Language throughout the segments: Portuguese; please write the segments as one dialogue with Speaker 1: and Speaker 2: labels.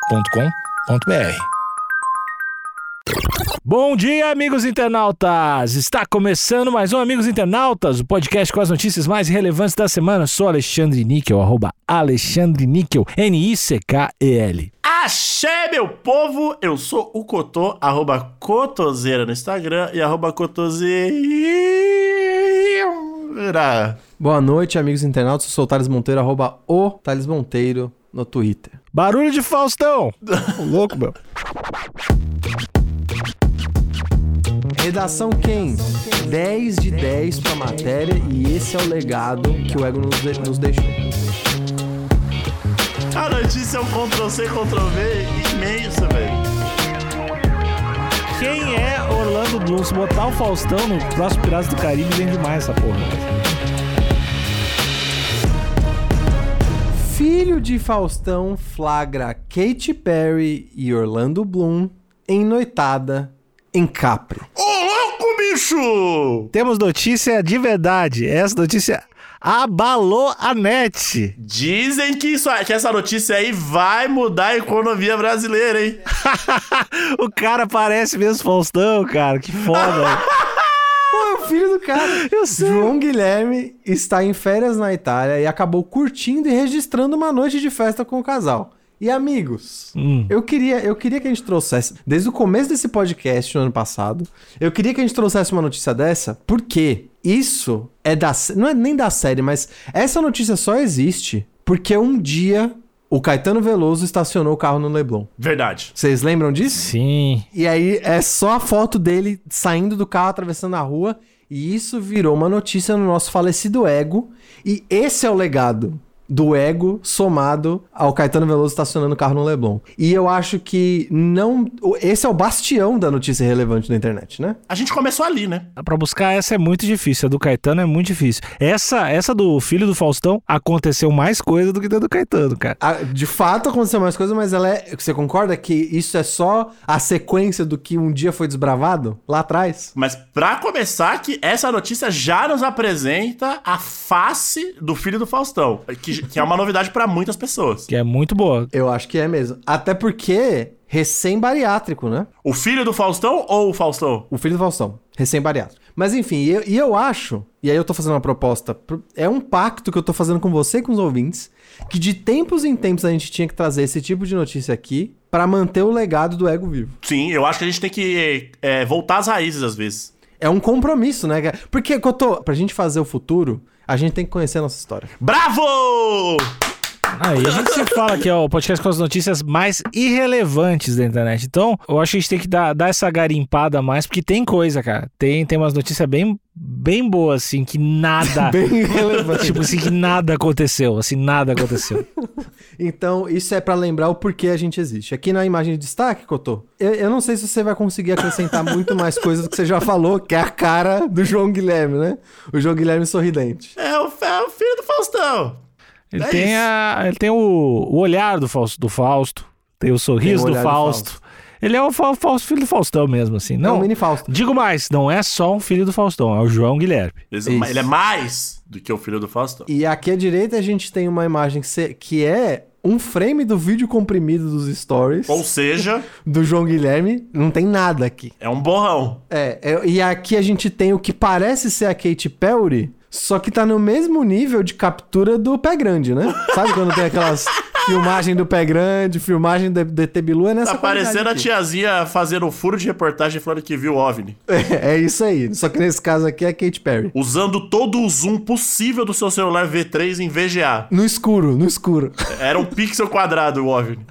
Speaker 1: agenciadepodcast.com.br.
Speaker 2: Bom dia, amigos internautas! Está começando mais um Amigos Internautas, o podcast com as notícias mais relevantes da semana. Sou Alexandre Níquel, arroba Alexandre Níquel, N-I-C-K-E-L.
Speaker 3: Axé, meu povo! Eu sou o Cotô, arroba Cotoseira no Instagram e arroba Cotoseira.
Speaker 4: Boa noite, amigos internautas. Eu sou o Thales Monteiro, arroba o Thales Monteiro no Twitter.
Speaker 2: Barulho de Faustão! Ô, Louco, meu.
Speaker 4: Redação quem? 10 de 10 pra matéria e esse é o legado que o Ego nos, de- nos deixou.
Speaker 3: A notícia é um Ctrl-C, Ctrl-V imenso, velho.
Speaker 2: Quem é Orlando Bloom? Se botar o Faustão no próximo Piratas do Caribe, vem demais essa porra.
Speaker 4: Filho de Faustão flagra Katy Perry e Orlando Bloom em noitada em Capri.
Speaker 3: Ô, louco, bicho!
Speaker 2: Temos notícia de verdade. Essa notícia abalou a net.
Speaker 3: Dizem que, isso, que essa notícia aí vai mudar a economia brasileira, hein?
Speaker 2: o cara parece mesmo Faustão, cara. Que foda.
Speaker 4: Pô, é o filho do cara.
Speaker 2: Ah, Eu sei.
Speaker 4: João Guilherme está em férias na Itália e acabou curtindo e registrando uma noite de festa com o casal. E amigos,
Speaker 2: Hum,
Speaker 4: eu, queria, eu queria que a gente trouxesse, desde o começo desse podcast no ano passado, eu queria que a gente trouxesse uma notícia dessa, porque isso é da. sé- Não é nem da série, mas essa notícia só existe porque um dia o Caetano Veloso estacionou o carro no Leblon.
Speaker 3: Verdade.
Speaker 4: Vocês lembram disso?
Speaker 2: Sim.
Speaker 4: E aí é só a foto dele saindo do carro, atravessando a rua. E isso virou uma notícia no nosso falecido ego. E esse é o legado do ego somado ao Caetano Veloso estacionando o carro no Leblon. E eu acho que não. o- Esse é o bastião da notícia relevante na internet, né?
Speaker 3: A gente começou ali, né?
Speaker 2: Pra buscar essa é muito difícil. A do Caetano é muito difícil. Essa essa do filho do Faustão aconteceu mais coisa do que da do Caetano, cara.
Speaker 4: A- De fato aconteceu mais coisas, mas ela é. Você concorda que isso é só a sequência do que um dia foi desbravado lá atrás?
Speaker 3: Mas pra começar, que essa notícia já nos apresenta a face do filho do Faustão, que, que é uma novidade pra muitas pessoas.
Speaker 2: Que é muito boa.
Speaker 4: Eu acho que é mesmo. Até porque recém-bariátrico, né?
Speaker 3: O filho do Faustão ou o Faustão?
Speaker 4: O filho do Faustão, recém-bariátrico. Mas enfim, e eu, e eu acho, e aí eu tô fazendo uma proposta, pro- é um pacto que eu tô fazendo com você e com os ouvintes, que de tempos em tempos a gente tinha que trazer esse tipo de notícia aqui pra manter o legado do ego vivo.
Speaker 3: Sim, eu acho que a gente tem que é, voltar às raízes às vezes.
Speaker 4: É um compromisso, né? cara? Porque, Cotô, pra gente fazer o futuro, a gente tem que conhecer a nossa história.
Speaker 3: Bravo!
Speaker 2: Aí a gente se fala que é o podcast com as notícias mais irrelevantes da internet. Então, eu acho que a gente tem que dar, dar essa garimpada a mais, porque tem coisa, cara. Tem, tem umas notícias bem, bem boas, assim, que nada.
Speaker 4: Bem relevante.
Speaker 2: tipo assim, que nada aconteceu. Assim, nada aconteceu.
Speaker 4: Então, isso é pra lembrar o porquê a gente existe. Aqui na imagem de destaque, Cotô, eu, eu não sei se você vai conseguir acrescentar muito mais coisas do que você já falou, que é a cara do João Guilherme, né? O João Guilherme sorridente.
Speaker 3: É o, é o filho do Faustão!
Speaker 2: Ele
Speaker 3: É
Speaker 2: tem,
Speaker 3: isso.
Speaker 2: a, ele tem o, o olhar do Fausto, do Fausto, tem o sorriso do
Speaker 4: olhar do
Speaker 2: Fausto. Ele é o Fa- Fausto, filho do Faustão mesmo, assim.
Speaker 4: É
Speaker 2: Não,
Speaker 4: um mini Fausto.
Speaker 2: digo mais, não é só um filho do Faustão, é o João Guilherme.
Speaker 3: Ele,
Speaker 4: Isso.
Speaker 3: ele é mais do que o filho do Faustão.
Speaker 4: E aqui à direita a gente tem uma imagem que, se- que é um frame do vídeo comprimido dos stories
Speaker 3: Ou seja,
Speaker 4: do João Guilherme. Não tem nada aqui.
Speaker 3: é um borrão.
Speaker 4: É, é- e aqui a gente tem o que parece ser a Katy Perry, só que tá no mesmo nível de captura do pé grande, né? Sabe quando tem aquelas filmagem do pé grande, filmagem do DT Bilu, é nessa
Speaker 3: Tá parecendo a
Speaker 4: qualidade aqui.
Speaker 3: tiazinha fazendo um furo de reportagem falando que viu o OVNI.
Speaker 4: É, é isso aí. Só que nesse caso aqui é a Katy Perry.
Speaker 3: Usando todo o zoom possível do seu celular V3 em VGA.
Speaker 4: No escuro, no escuro.
Speaker 3: Era um pixel quadrado o OVNI.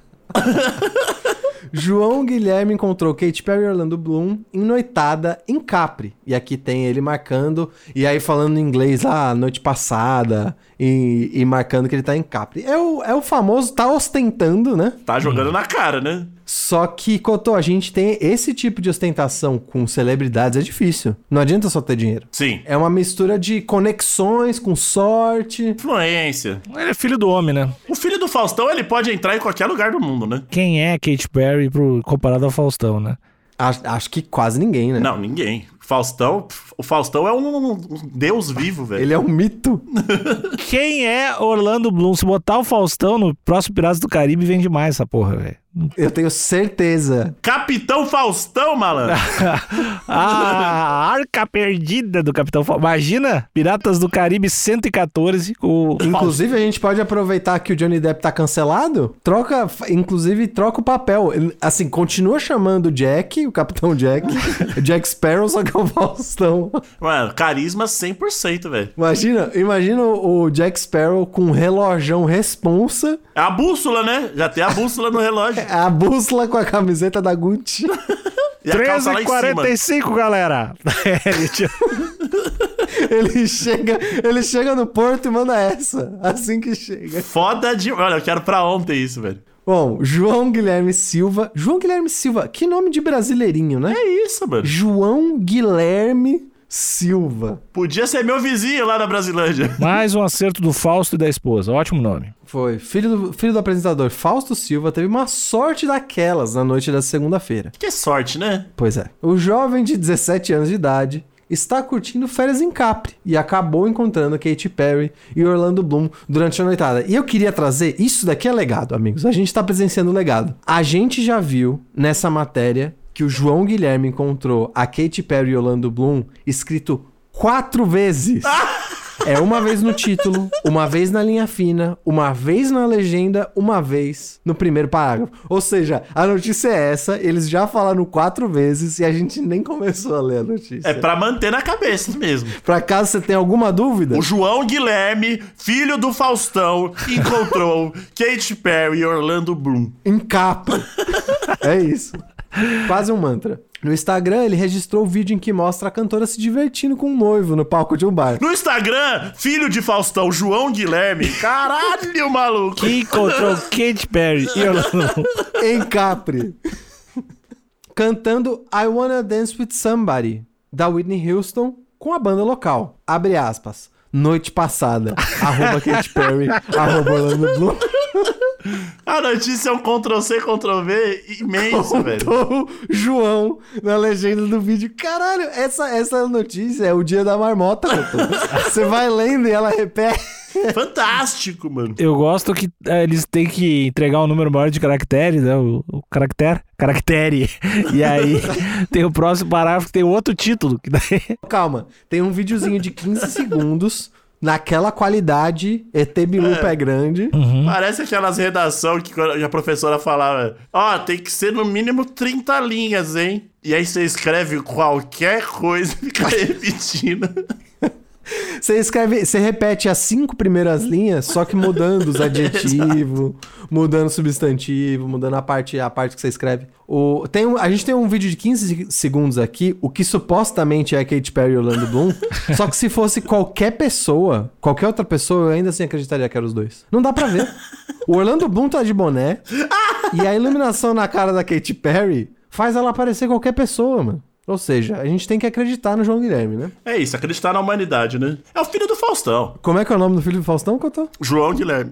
Speaker 4: João Guilherme encontrou Kate Perry e Orlando Bloom em noitada em Capri. E aqui tem ele marcando, e aí falando em inglês lá, noite passada, e, e marcando que ele tá em Capri. É o, é o famoso tá ostentando, né?
Speaker 3: Tá jogando na cara, né?
Speaker 4: Só que, Cotô, a gente tem esse tipo de ostentação com celebridades, é difícil. Não adianta só ter dinheiro.
Speaker 3: Sim.
Speaker 4: É uma mistura de conexões com sorte.
Speaker 3: Influência.
Speaker 2: Ele é filho do homem, né?
Speaker 3: O filho do Faustão, ele pode entrar em qualquer lugar do mundo, né?
Speaker 2: Quem é Kate Perry pro, comparado ao Faustão, né?
Speaker 4: Acho, acho que quase ninguém, né?
Speaker 3: Não, ninguém. Faustão, pf, o Faustão é um, um deus vivo, velho.
Speaker 4: Ele é um mito.
Speaker 2: Quem é Orlando Bloom? Se botar o Faustão no próximo Piratas do Caribe, vende mais essa porra, velho.
Speaker 4: Eu tenho certeza.
Speaker 3: Capitão Faustão, malandro.
Speaker 2: A arca perdida do Capitão Faustão. Imagina, Piratas do Caribe 114 com o
Speaker 4: Inclusive, a gente pode aproveitar que o Johnny Depp tá cancelado. Troca, f- inclusive, troca o papel. Ele- Assim, continua chamando o Jack, o Capitão Jack, o Jack Sparrow, só que é o Faustão.
Speaker 3: Mano, carisma 100%, velho.
Speaker 4: Imagina, imagina o o Jack Sparrow com um relojão responsa,
Speaker 3: É a bússola, né? Já tem a bússola no relógio.
Speaker 4: a bússola com a camiseta da Gucci.
Speaker 3: E a calça lá em cima.
Speaker 2: 13h45, galera. É, Ele tinha-
Speaker 4: Ele chega, ele chega no porto e manda essa. Assim que chega.
Speaker 3: Foda de. Olha, eu quero pra ontem isso, velho.
Speaker 4: Bom, João Guilherme Silva. João Guilherme Silva, que nome de brasileirinho, né?
Speaker 3: É isso, mano.
Speaker 4: João Guilherme Silva.
Speaker 3: Podia ser meu vizinho lá na Brasilândia.
Speaker 2: Mais um acerto do Fausto e da esposa. Ótimo nome.
Speaker 4: Foi filho do, filho do apresentador Fausto Silva, teve uma sorte daquelas na noite da segunda-feira.
Speaker 3: Que sorte, né?
Speaker 4: Pois é. O jovem de 17 anos de idade está curtindo férias em Capri e acabou encontrando Katy Perry e Orlando Bloom durante a noitada. E eu queria trazer, isso daqui é legado, amigos. A gente está presenciando o legado. A gente já viu nessa matéria que o João Guilherme encontrou a Katy Perry e Orlando Bloom escrito quatro vezes. É uma vez no título, uma vez na linha fina, uma vez na legenda, uma vez no primeiro parágrafo. Ou seja, a notícia é essa, eles já falaram quatro vezes e a gente nem começou a ler a notícia.
Speaker 3: É pra manter na cabeça mesmo.
Speaker 4: Pra caso você tenha alguma dúvida,
Speaker 3: O João Guilherme, filho do Faustão, encontrou Kate Perry e Orlando Bloom.
Speaker 4: encapa. é isso. Quase um mantra. No Instagram, ele registrou o vídeo em que mostra a cantora se divertindo com um noivo no palco de um bar.
Speaker 3: No Instagram, filho de Faustão, João Guilherme. Caralho, maluco.
Speaker 2: Que encontrou Katy Perry e Orlando.
Speaker 4: em Capri. Cantando I Wanna Dance With Somebody, da Whitney Houston, com a banda local. Abre aspas. Noite passada. arroba Katy Perry. arroba Orlando Bloom.
Speaker 3: A notícia é um Ctrl-C, Ctrl-V imenso, velho.
Speaker 4: Ou João na legenda do vídeo. Caralho, essa, essa notícia é o dia da marmota. Cotô. Você vai lendo e ela repete.
Speaker 3: Fantástico, mano.
Speaker 2: Eu gosto que eh, eles têm que entregar um número maior de caracteres, né? O, o caractere. Caractere. E aí tem o próximo parágrafo que tem outro título. Que daí...
Speaker 4: Calma, tem um videozinho de 15 segundos. Naquela qualidade, ET Bilu pé grande.
Speaker 3: Parece aquelas redação que quando a professora falava, ó, tem que ser no mínimo 30 linhas, hein? E aí você escreve qualquer coisa e fica repetindo.
Speaker 4: Você escreve, você repete as cinco primeiras linhas, só que mudando os adjetivos, mudando o substantivo, mudando a parte, a parte que você escreve. O, tem um- a gente tem um vídeo de 15 se- segundos aqui, o que supostamente é a Katy Perry e Orlando Bloom, só que se fosse qualquer pessoa, qualquer outra pessoa, eu ainda assim acreditaria que eram os dois. Não dá pra ver. O Orlando Bloom tá de boné e a iluminação na cara da Katy Perry faz ela parecer qualquer pessoa, mano. Ou seja, a gente tem que acreditar no João Guilherme, né?
Speaker 3: É isso, acreditar na humanidade, né? É o filho do Faustão,
Speaker 4: Como é que é o nome do filho do Faustão, Cotô?
Speaker 3: João Guilherme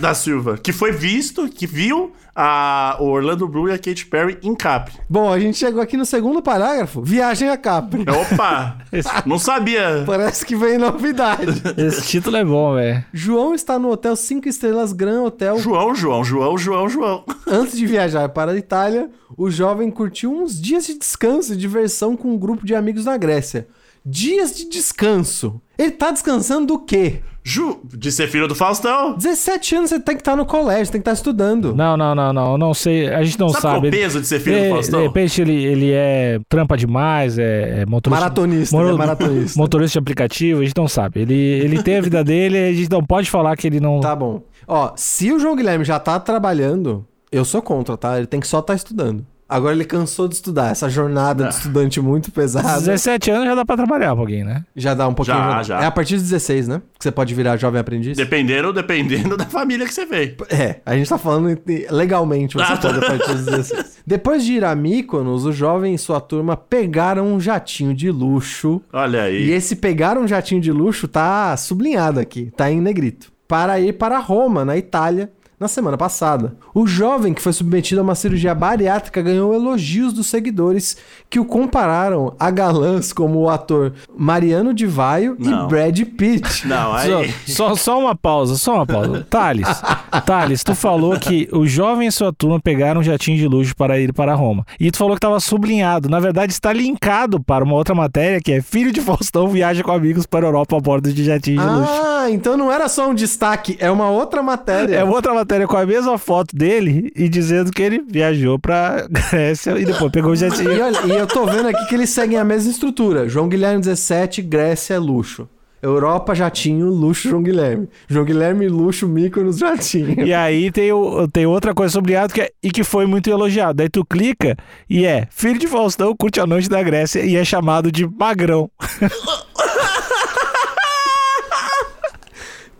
Speaker 3: da Silva, que foi visto, que viu a o Orlando Bloom e a Katy Perry em Capri.
Speaker 4: Bom, a gente chegou aqui no segundo parágrafo. Viagem a Capri.
Speaker 3: Opa! não sabia.
Speaker 4: Parece que vem novidade.
Speaker 2: Esse título é bom, velho.
Speaker 4: João está no hotel 5 estrelas Gran Hotel.
Speaker 3: João, João, João, João, João.
Speaker 4: Antes de viajar para a Itália, o jovem curtiu uns dias de descanso e diversão com um grupo de amigos na Grécia. Dias de descanso. Ele tá descansando do quê?
Speaker 3: Ju, de ser filho do Faustão.
Speaker 4: 17 anos você tem que estar no colégio, tem que estar estudando.
Speaker 2: Não, não, não, não. eu Não sei. A gente não
Speaker 3: Sabe qual é
Speaker 2: sabe.
Speaker 3: o peso de ser filho
Speaker 2: de,
Speaker 3: do
Speaker 2: de
Speaker 3: Faustão?
Speaker 2: repente ele, ele é trampa demais, é, é motorista.
Speaker 4: Maratonista,
Speaker 2: moro-
Speaker 4: né? Maratonista.
Speaker 2: Motorista de aplicativo, a gente não sabe. Ele, ele tem a vida dele, a gente não pode falar que ele não.
Speaker 4: Tá bom. Ó, se o João Guilherme já tá trabalhando, eu sou contra, tá? Ele tem que só estar estudando. Agora ele cansou de estudar, essa jornada de estudante muito pesada.
Speaker 2: 17 anos já dá pra trabalhar um pouquinho, né?
Speaker 4: Já dá um pouquinho.
Speaker 3: Já, já.
Speaker 4: É a partir dos 16, né? Que você pode virar jovem aprendiz.
Speaker 3: Dependendo, dependendo da família que você veio.
Speaker 4: É, a gente tá falando em- legalmente, você
Speaker 3: Ah, tá.
Speaker 4: pode a partir dos 16. Depois de ir a Mykonos, o jovem e sua turma pegaram um jatinho de luxo
Speaker 3: Olha aí.
Speaker 4: E esse pegar um jatinho de luxo tá sublinhado aqui, tá em negrito. Para ir para Roma, na Itália, na semana passada. O jovem que foi submetido a uma cirurgia bariátrica ganhou elogios dos seguidores que o compararam a galãs como o ator Mariano de Vaio
Speaker 3: Não.
Speaker 4: e Brad Pitt.
Speaker 3: Não, aí.
Speaker 2: Só, só, só uma pausa, só uma pausa. Thales, Thales, tu falou que o jovem e sua turma pegaram um jatinho de luxo para ir para Roma. E tu falou que estava sublinhado. Na verdade, está linkado para uma outra matéria que é Filho de Faustão viaja com amigos para a Europa a bordo de jatinho de luxo.
Speaker 4: Ah, então não era só um destaque, é uma outra matéria.
Speaker 2: É outra matéria com a mesma foto dele e dizendo que ele viajou pra Grécia e depois pegou o jatinho.
Speaker 4: E olha, e eu tô vendo aqui que eles seguem a mesma estrutura. João Guilherme 17, Grécia, luxo. Europa, jatinho, luxo, João Guilherme. João Guilherme, luxo, Mykonos, jatinho.
Speaker 2: E aí tem, o, tem outra coisa sobre Ato que é, e que foi muito elogiado. Daí tu clica e é filho de Faustão curte a noite da Grécia e é chamado de magrão.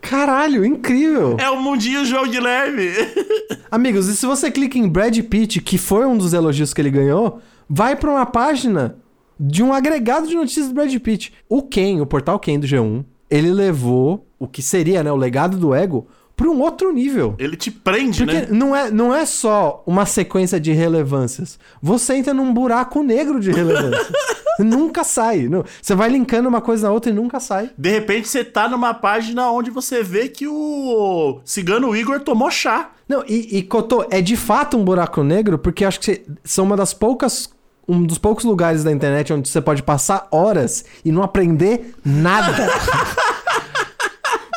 Speaker 4: Caralho, incrível.
Speaker 3: É o mundinho João Guilherme.
Speaker 4: Amigos, e se você clica em Brad Pitt, que foi um dos elogios que ele ganhou, vai pra uma página de um agregado de notícias do Brad Pitt. O Ken, o portal Ken do G1, ele levou o que seria, né, o legado do ego pra um outro nível.
Speaker 3: Ele te prende,
Speaker 4: Porque
Speaker 3: né?
Speaker 4: não, é, não é só uma sequência de relevâncias. Você entra num buraco negro de relevâncias. nunca sai. Não. Você vai linkando uma coisa na outra e nunca sai.
Speaker 3: De repente você tá numa página onde você vê que o cigano Igor tomou chá.
Speaker 4: Não, e, e Cotô, é de fato um buraco negro, porque acho que cê- são uma das poucas. Um dos poucos lugares da internet onde você pode passar horas e não aprender nada.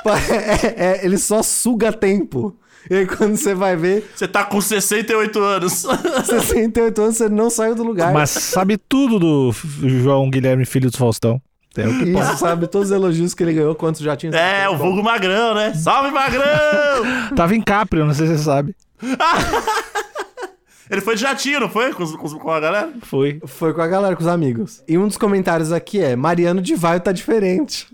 Speaker 4: É- é- é- ele só suga tempo. E aí, quando você vai ver,
Speaker 3: Você tá com 68 anos.
Speaker 4: 68 anos, você não saiu do lugar.
Speaker 2: Mas sabe tudo do F- João Guilherme Filho do Faustão. É o que
Speaker 4: Isso,
Speaker 2: pode.
Speaker 4: sabe? Todos os elogios que ele ganhou, quantos já tinha.
Speaker 3: É, o vulgo magrão, né? Salve, magrão!
Speaker 2: Tava em Caprio, não sei se você sabe.
Speaker 3: Ele foi de jatinho, não foi? Com, os- com os- com a galera?
Speaker 2: Foi.
Speaker 4: Foi com a galera, com os amigos. E um dos comentários aqui é: Mariano de Vaio tá diferente.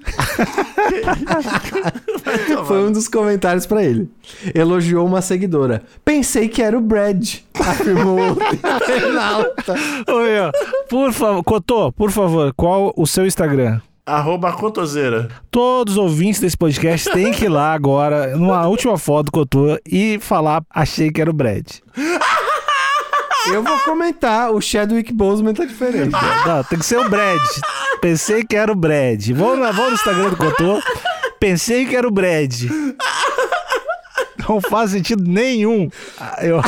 Speaker 4: Foi um dos comentários pra ele. Elogiou uma seguidora. Pensei que era o Brad, afirmou o internauta.
Speaker 2: Oi, ó. Por favor, Cotô, por favor, qual o seu Instagram?
Speaker 3: Arroba cotoseira.
Speaker 2: Todos os ouvintes desse podcast têm que ir lá agora, numa última foto do Cotô, e falar, achei que era o Brad.
Speaker 4: Eu vou comentar: o Chadwick Boseman tá diferente.
Speaker 2: Não, tem que ser o Brad. Pensei que era o Brad. Vou, na- vou no Instagram do Cotô. Pensei que era o Brad. Não faz sentido nenhum. Ah, Eu...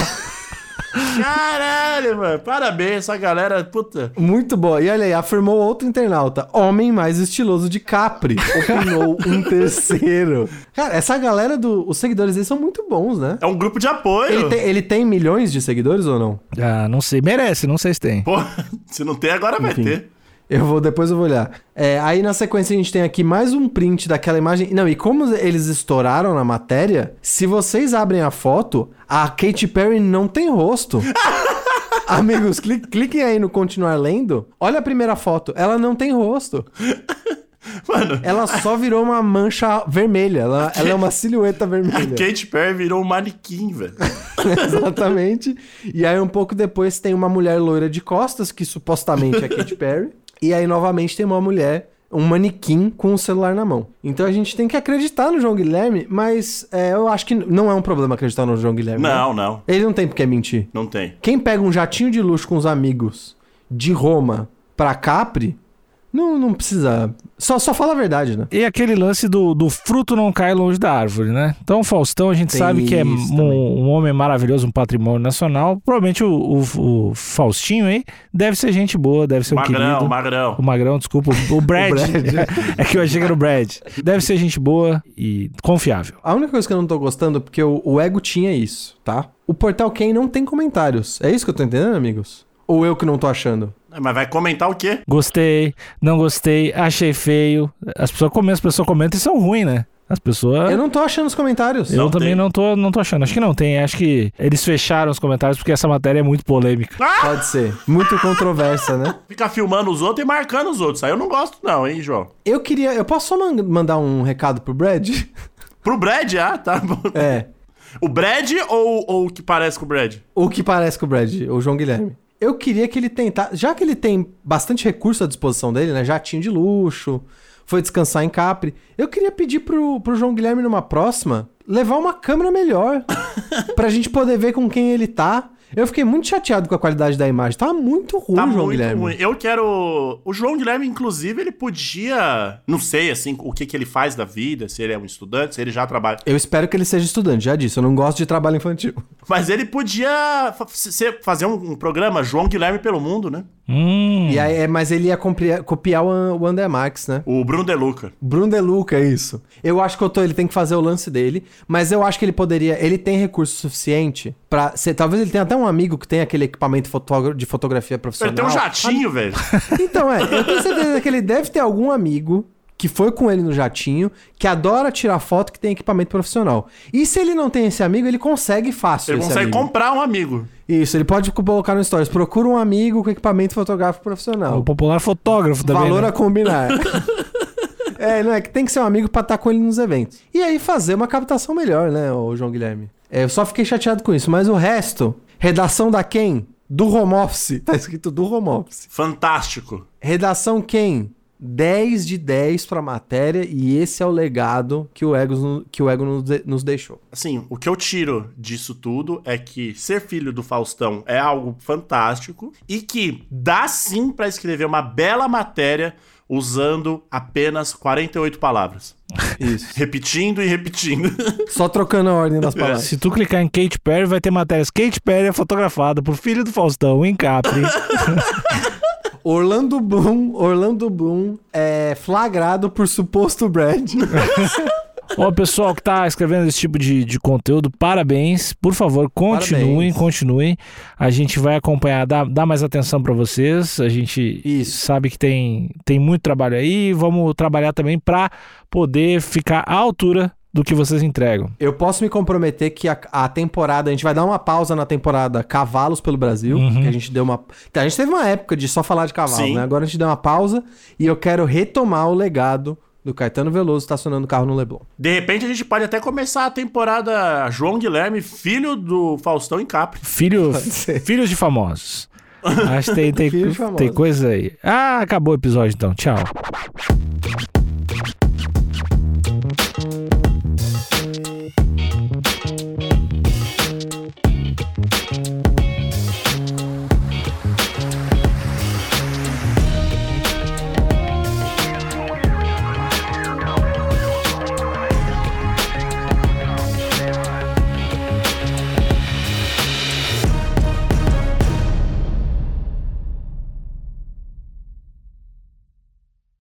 Speaker 3: Caralho, mano. Parabéns, essa galera. Puta.
Speaker 4: Muito boa. E olha aí, afirmou outro internauta. Homem mais estiloso de Capri. Opinou um terceiro. Cara, essa galera do. Os seguidores deles são muito bons, né?
Speaker 3: É um grupo de
Speaker 4: Ele
Speaker 3: apoio.
Speaker 4: tem, ele tem milhões de seguidores ou não?
Speaker 2: Ah, não sei. Merece, não sei se tem.
Speaker 3: Pô, se não tem, agora vai
Speaker 4: Enfim.
Speaker 3: ter.
Speaker 4: Eu vou, depois eu vou olhar. É, aí na sequência a gente tem aqui mais um print daquela imagem. Não, e como eles estouraram na matéria, se vocês abrem a foto, a Katy Perry não tem rosto. Amigos, cli- cliquem aí no continuar lendo. Olha a primeira foto, ela não tem rosto.
Speaker 3: Mano,
Speaker 4: Ela só virou uma mancha vermelha. Ela, ela é uma silhueta
Speaker 3: a
Speaker 4: vermelha.
Speaker 3: Kate Perry virou um manequim, velho.
Speaker 4: Exatamente. E aí, um pouco depois, tem uma mulher loira de costas, que supostamente é a Katy Perry. E aí, novamente, tem uma mulher, um manequim com um celular na mão. Então a gente tem que acreditar no João Guilherme, mas é, eu acho que não é um problema acreditar no João Guilherme. né?
Speaker 3: Não, não.
Speaker 4: Ele não tem porque mentir.
Speaker 3: Não tem.
Speaker 4: Quem pega um jatinho de luxo com os amigos de Roma pra Capri, não, não precisa. Só, só fala a verdade, né?
Speaker 2: E aquele lance do, do fruto não cai longe da árvore, né? Então, o Faustão, a gente
Speaker 4: Tem
Speaker 2: sabe que é
Speaker 4: isso
Speaker 2: um,
Speaker 4: também.
Speaker 2: um homem maravilhoso, um patrimônio nacional. Provavelmente o, o- o Faustinho aí deve ser gente boa, deve ser um
Speaker 3: magrão,
Speaker 2: querido.
Speaker 3: magrão.
Speaker 2: O Magrão, desculpa. O Brad.
Speaker 4: Brad.
Speaker 2: é que eu achei que era o Brad. Deve ser gente boa e confiável.
Speaker 4: A única coisa que eu não tô gostando, é porque o, o ego tinha isso, tá? O portal quem não tem comentários. É isso que eu tô entendendo, amigos? Ou eu que não tô achando?
Speaker 3: Mas vai comentar o quê?
Speaker 2: Gostei, não gostei, achei feio. As pessoas comentam, as pessoas comentam e são ruins, né? As pessoas.
Speaker 4: Eu não tô achando os comentários.
Speaker 2: Eu
Speaker 3: Não
Speaker 2: também
Speaker 3: tem.
Speaker 2: não tô, não tô achando. Acho que não tem. Acho que eles fecharam os comentários porque essa matéria é muito polêmica.
Speaker 4: Pode ser. Muito controversa, né?
Speaker 3: Fica filmando os outros e marcando os outros. Aí eu não gosto, não, hein, João?
Speaker 4: Eu queria. Eu posso só man- mandar um recado pro Brad?
Speaker 3: Pro Brad, ah, tá bom.
Speaker 4: É.
Speaker 3: O Brad ou, ou o que parece com o Brad?
Speaker 4: O que parece com o Brad, o João Guilherme. Eu queria que ele tentasse. Já que ele tem bastante recurso à disposição dele, né? Jatinho de luxo, foi descansar em Capri. Eu queria pedir pro, pro João Guilherme numa próxima levar uma câmera melhor pra gente poder ver com quem ele tá. Eu fiquei muito chateado com a qualidade da imagem. Tá muito ruim,
Speaker 3: Tá
Speaker 4: João
Speaker 3: muito
Speaker 4: Guilherme.
Speaker 3: ruim. Eu quero. O João Guilherme, inclusive, ele podia. Não sei, assim, o que, que ele faz da vida, se ele é um estudante, se ele já trabalha.
Speaker 4: Eu espero que ele seja estudante, já disse. Eu não gosto de trabalho infantil.
Speaker 3: Mas ele podia fa- ser- fazer um, um programa João Guilherme pelo Mundo, né?
Speaker 2: Hum.
Speaker 4: E aí, é, mas ele ia compri- copiar o, An- o Andermax, né?
Speaker 3: O Bruno Deluca.
Speaker 4: Bruno Deluca, é isso. Eu acho que o Otô, ele tem que fazer o lance dele, mas eu acho que ele poderia, ele tem recurso suficiente pra ser, talvez ele tenha até um amigo que tem aquele equipamento fotógra- de fotografia
Speaker 3: Ele
Speaker 4: profissional.
Speaker 3: tem um jatinho, velho.
Speaker 4: Então, é, eu tenho certeza que ele deve ter algum amigo que foi com ele no jatinho, que adora tirar foto que tem equipamento profissional. E se ele não tem esse amigo, ele consegue fácil
Speaker 3: Ele
Speaker 4: esse
Speaker 3: consegue
Speaker 4: amigo.
Speaker 3: comprar um amigo.
Speaker 4: Isso, ele pode colocar no stories, procura um amigo com equipamento fotográfico profissional.
Speaker 2: O popular fotógrafo também.
Speaker 4: Valor
Speaker 2: né?
Speaker 4: a combinar. é, não é que tem que ser um amigo pra estar com ele nos eventos. E aí fazer uma captação melhor, né, ô João Guilherme? É, eu só fiquei chateado com isso, mas o resto, redação da quem? Do home office. Tá escrito do home office.
Speaker 3: Fantástico.
Speaker 4: Redação quem? 10 de 10 pra matéria e esse é o legado que o Ego, que o Ego nos, de- nos deixou.
Speaker 3: Assim, o que eu tiro disso tudo é que ser filho do Faustão é algo fantástico e que dá sim pra escrever uma bela matéria usando apenas 48 palavras.
Speaker 4: Isso.
Speaker 3: Repetindo e repetindo.
Speaker 4: Só trocando a ordem das palavras.
Speaker 2: Se tu clicar em Kate Perry, vai ter matérias. Kate Perry é fotografada por filho do Faustão, em Capri.
Speaker 4: Orlando Bloom, Orlando Bloom é flagrado por suposto Brad.
Speaker 2: Ó, pessoal que tá escrevendo esse tipo de, de conteúdo, parabéns. Por favor, continuem,
Speaker 4: Parabéns.
Speaker 2: continuem. A gente vai acompanhar, dá, dá mais atenção pra vocês. A gente
Speaker 4: Isso.
Speaker 2: sabe que tem, tem muito trabalho aí. Vamos trabalhar também pra poder ficar à altura do que vocês entregam.
Speaker 4: Eu posso me comprometer que a, a temporada, a gente vai dar uma pausa na temporada Cavalos pelo Brasil, que a gente deu uma. A gente teve uma época de só falar de cavalo,
Speaker 3: Sim.
Speaker 4: né? Agora a gente deu uma pausa e eu quero retomar o legado do Caetano Veloso estacionando o carro no Leblon.
Speaker 3: De repente a gente pode até começar a temporada João Guilherme, filho do Faustão em Capri.
Speaker 2: Filho,
Speaker 4: Pode ser.
Speaker 2: filhos de famosos. Acho que tem, tem,
Speaker 4: Filhos de famosos.
Speaker 2: tem coisa aí. Ah, acabou o episódio então. Tchau.